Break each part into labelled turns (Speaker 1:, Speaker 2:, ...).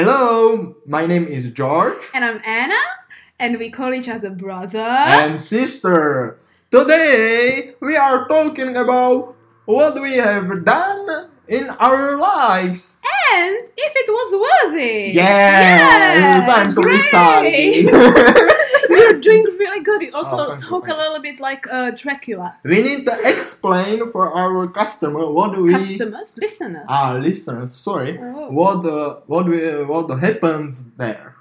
Speaker 1: Hello, my name is George
Speaker 2: And I'm Anna, and we call each other brother.
Speaker 1: and sister. Today we are talking about what we have done in our lives.
Speaker 2: And if it was worthy.
Speaker 1: Yes, I'm so
Speaker 2: great.
Speaker 1: excited.
Speaker 2: You're doing really good. You also
Speaker 1: Oh, thank you,
Speaker 2: talk
Speaker 1: thank
Speaker 2: a little bit like uh, Dracula.
Speaker 1: we need to explain for our customer what we
Speaker 2: Customers, listeners.
Speaker 1: ah listeners sorry
Speaker 2: Oh.
Speaker 1: what uh, what we, what happens there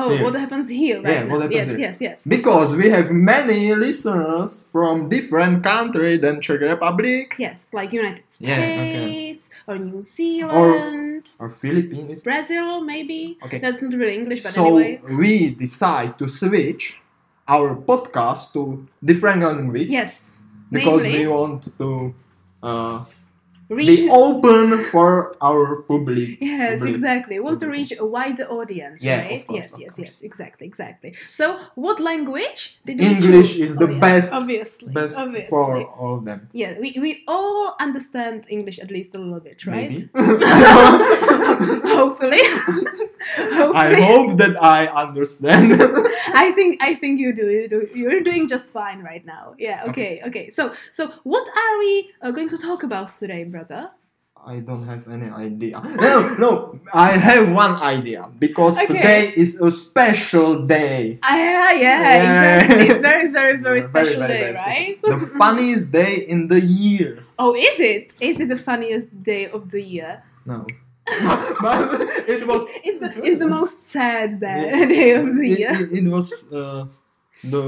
Speaker 2: Oh,
Speaker 1: Here.
Speaker 2: what happens here? Right
Speaker 1: Yeah,
Speaker 2: now.
Speaker 1: what happens
Speaker 2: yes,
Speaker 1: here.
Speaker 2: yes, yes.
Speaker 1: because we have many listeners from different country than Czech Republic
Speaker 2: Yes, like United States
Speaker 1: Yeah, okay.
Speaker 2: or New Zealand,
Speaker 1: or Philippines.
Speaker 2: Brazil, maybe.
Speaker 1: Okay.
Speaker 2: That's not really English, but
Speaker 1: so
Speaker 2: anyway.
Speaker 1: we decide to switch our podcast to different language
Speaker 2: Yes.
Speaker 1: because
Speaker 2: namely,
Speaker 1: we want to uh,
Speaker 2: reach.
Speaker 1: be open for our public.
Speaker 2: Yes,
Speaker 1: public.
Speaker 2: exactly. Want to
Speaker 1: Public.
Speaker 2: reach a wider audience,
Speaker 1: Yeah,
Speaker 2: right?
Speaker 1: of course,
Speaker 2: yes,
Speaker 1: of
Speaker 2: yes,
Speaker 1: course.
Speaker 2: yes. Exactly, exactly. So, what language did you
Speaker 1: English is
Speaker 2: choose?
Speaker 1: the
Speaker 2: Obvi-
Speaker 1: best-
Speaker 2: obviously,
Speaker 1: Best
Speaker 2: obviously.
Speaker 1: for all of them,
Speaker 2: Yeah, we, we all understand English at least a little bit, right?
Speaker 1: maybe.
Speaker 2: Hopefully.
Speaker 1: I
Speaker 2: Hopefully.
Speaker 1: hope that I understand.
Speaker 2: I think I think you do. You do. You're doing just fine right now. Yeah. Okay. Okay. So so what are we uh, going to talk about today, brother?
Speaker 1: I don't have any idea. No, no, I have one idea because
Speaker 2: Okay.
Speaker 1: today is a special day.
Speaker 2: Ah, yeah,
Speaker 1: Yeah.
Speaker 2: exactly. Very, very, very special
Speaker 1: very,
Speaker 2: day,
Speaker 1: very special.
Speaker 2: right?
Speaker 1: The funniest day in the year.
Speaker 2: Oh, is it? Is it the funniest day of the year?
Speaker 1: No. but it was.
Speaker 2: It's the, it's the most sad day,
Speaker 1: Yeah.
Speaker 2: day of the
Speaker 1: it,
Speaker 2: year.
Speaker 1: it- it was uh, the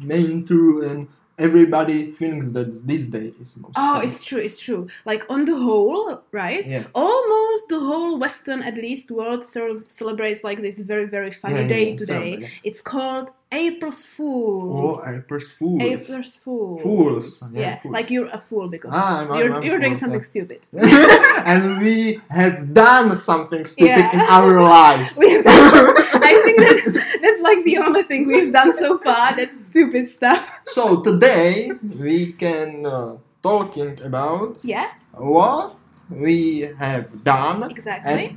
Speaker 1: main tour, and everybody thinks that this day is most.
Speaker 2: Oh,
Speaker 1: fun.
Speaker 2: it's true, it's true. Like on the whole, right?
Speaker 1: Yeah.
Speaker 2: Almost the whole Western, at least, world cel- celebrates like this very, very funny
Speaker 1: Yeah, yeah,
Speaker 2: day
Speaker 1: yeah,
Speaker 2: today.
Speaker 1: celebrate.
Speaker 2: It's called April's
Speaker 1: Oh,
Speaker 2: Fools.
Speaker 1: April Fools.
Speaker 2: April's Fools.
Speaker 1: Fools,
Speaker 2: Yeah,
Speaker 1: yeah, fools.
Speaker 2: like you're a fool because
Speaker 1: Ah, I'm- I'm-
Speaker 2: you're,
Speaker 1: I'm
Speaker 2: you're doing
Speaker 1: fool,
Speaker 2: something
Speaker 1: yeah.
Speaker 2: stupid.
Speaker 1: and we have done something stupid
Speaker 2: Yeah.
Speaker 1: in our lives.
Speaker 2: We've done, I think that, that's like the only thing we've done so far. That's stupid stuff.
Speaker 1: so today we can uh, talking about
Speaker 2: Yeah,
Speaker 1: what we have done
Speaker 2: exactly.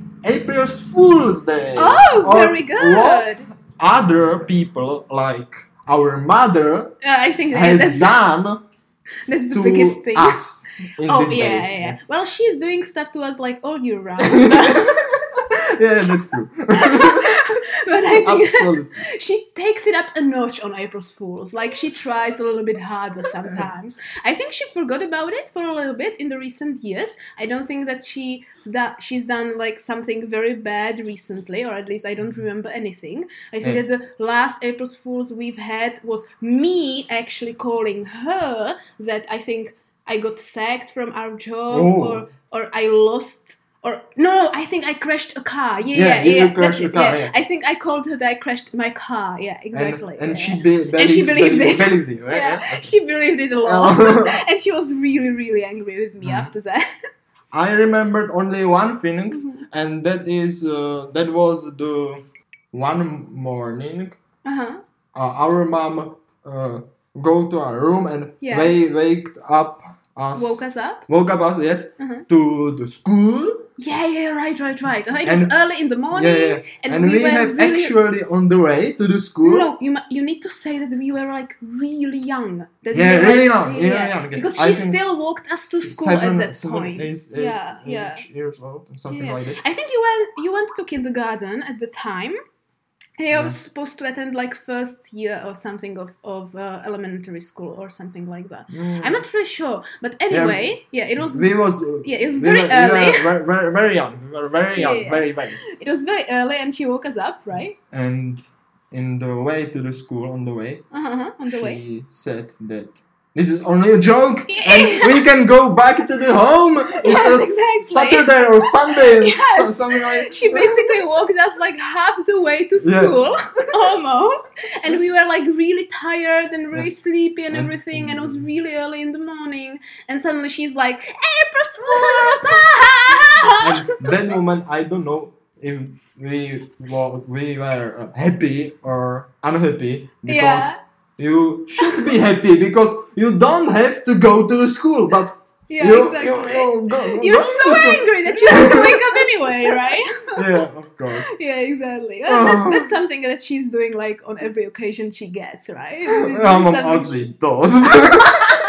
Speaker 1: at April's Fool's Day.
Speaker 2: Oh,
Speaker 1: Or
Speaker 2: very good.
Speaker 1: What other people like our mother
Speaker 2: Uh, I think that,
Speaker 1: has
Speaker 2: that's,
Speaker 1: done
Speaker 2: that's the biggest
Speaker 1: to
Speaker 2: thing.
Speaker 1: us in
Speaker 2: oh
Speaker 1: this
Speaker 2: yeah,
Speaker 1: day.
Speaker 2: yeah, yeah. Well, she's doing stuff to us like all year round. but
Speaker 1: yeah. Yeah, that's true.
Speaker 2: I think
Speaker 1: Absolutely.
Speaker 2: she takes it up a notch on April's Fools. Like she tries a little bit harder sometimes. I think she forgot about it for a little bit in the recent years. I don't think that she that she's done like something very bad recently, or at least I don't remember anything. I think
Speaker 1: Mm-hmm. Yeah.
Speaker 2: that the last April's Fools we've had was me actually calling her that I think I got sacked from our job
Speaker 1: Oh.
Speaker 2: or or I lost. Or no, I think I crashed a car. Yeah,
Speaker 1: Yeah,
Speaker 2: yeah,
Speaker 1: you
Speaker 2: yeah. that's
Speaker 1: crashed a
Speaker 2: it,
Speaker 1: car,
Speaker 2: yeah.
Speaker 1: yeah.
Speaker 2: I think I called her that I crashed my car. Yeah, exactly.
Speaker 1: And, and
Speaker 2: yeah.
Speaker 1: she be- believed,
Speaker 2: And she believed
Speaker 1: believed,
Speaker 2: it.
Speaker 1: believed you, right?
Speaker 2: Yeah,
Speaker 1: Yeah.
Speaker 2: she believed it a lot,
Speaker 1: Oh.
Speaker 2: and she was really, really angry with me
Speaker 1: Mhm.
Speaker 2: after that.
Speaker 1: I remembered only one thing,
Speaker 2: Mhm.
Speaker 1: and that is uh, that was the one morning
Speaker 2: Uh huh.
Speaker 1: uh, our mom uh, go to our room and
Speaker 2: Yeah.
Speaker 1: they waked up us
Speaker 2: Woke us up.
Speaker 1: woke up us yes
Speaker 2: Uh-huh.
Speaker 1: to the school
Speaker 2: Yeah, yeah, right, right, right. And it was
Speaker 1: And-
Speaker 2: early in the morning,
Speaker 1: yeah, yeah.
Speaker 2: and,
Speaker 1: and,
Speaker 2: we,
Speaker 1: we,
Speaker 2: were
Speaker 1: have
Speaker 2: really.
Speaker 1: actually on the way to the school
Speaker 2: No, you mu- you need to say that we were like really young. That
Speaker 1: Yeah,
Speaker 2: we were,
Speaker 1: really
Speaker 2: like,
Speaker 1: young, really young.
Speaker 2: Because
Speaker 1: I
Speaker 2: she
Speaker 1: think
Speaker 2: still walked us to
Speaker 1: s-
Speaker 2: school
Speaker 1: seven-
Speaker 2: at that
Speaker 1: seven,
Speaker 2: point.
Speaker 1: eight- eight-
Speaker 2: yeah, yeah.
Speaker 1: eight years old something
Speaker 2: Yeah.
Speaker 1: like that
Speaker 2: I think you went you went to kindergarten at the time. And I
Speaker 1: Yeah.
Speaker 2: was supposed to attend like first year or something of, of uh, elementary school or something like that.
Speaker 1: Mm.
Speaker 2: I'm not really sure, but anyway, yeah, it was
Speaker 1: we was uh,
Speaker 2: yeah, it was
Speaker 1: we
Speaker 2: very
Speaker 1: were,
Speaker 2: early.
Speaker 1: we were very, very, very young we were very
Speaker 2: Yeah,
Speaker 1: young
Speaker 2: yeah.
Speaker 1: very very
Speaker 2: it was very early, and she woke us up, right?
Speaker 1: and in the way to the school on the way
Speaker 2: Uh huh. On the
Speaker 1: she
Speaker 2: way.
Speaker 1: said that this is only a joke
Speaker 2: Yeah.
Speaker 1: and we can go back to the home it's a
Speaker 2: Yes,
Speaker 1: s-
Speaker 2: exactly.
Speaker 1: saturday or sunday
Speaker 2: Yes.
Speaker 1: so- something like
Speaker 2: She basically walked us like half the way to
Speaker 1: Yeah.
Speaker 2: school, almost, and we were like really tired and really sleepy and
Speaker 1: Yeah. Mm-hmm.
Speaker 2: everything, and it was really early in the morning. And suddenly she's like, "April Fools!" ah, ah, ah, ah."
Speaker 1: and that moment i don't know if we were, we were uh, happy or unhappy because
Speaker 2: Yeah.
Speaker 1: you should be happy because you don't have to go to the school but
Speaker 2: Yeah,
Speaker 1: you,
Speaker 2: exactly.
Speaker 1: You, you go,
Speaker 2: You're
Speaker 1: go
Speaker 2: so
Speaker 1: to sleep.
Speaker 2: angry that you have to wake up anyway, right?
Speaker 1: Yeah, of course.
Speaker 2: Yeah, exactly. Uh-huh. Well, that's,
Speaker 1: Oh.
Speaker 2: that's something that she's doing like on every occasion she gets, right?
Speaker 1: I'm an
Speaker 2: Suddenly-
Speaker 1: Aussie does.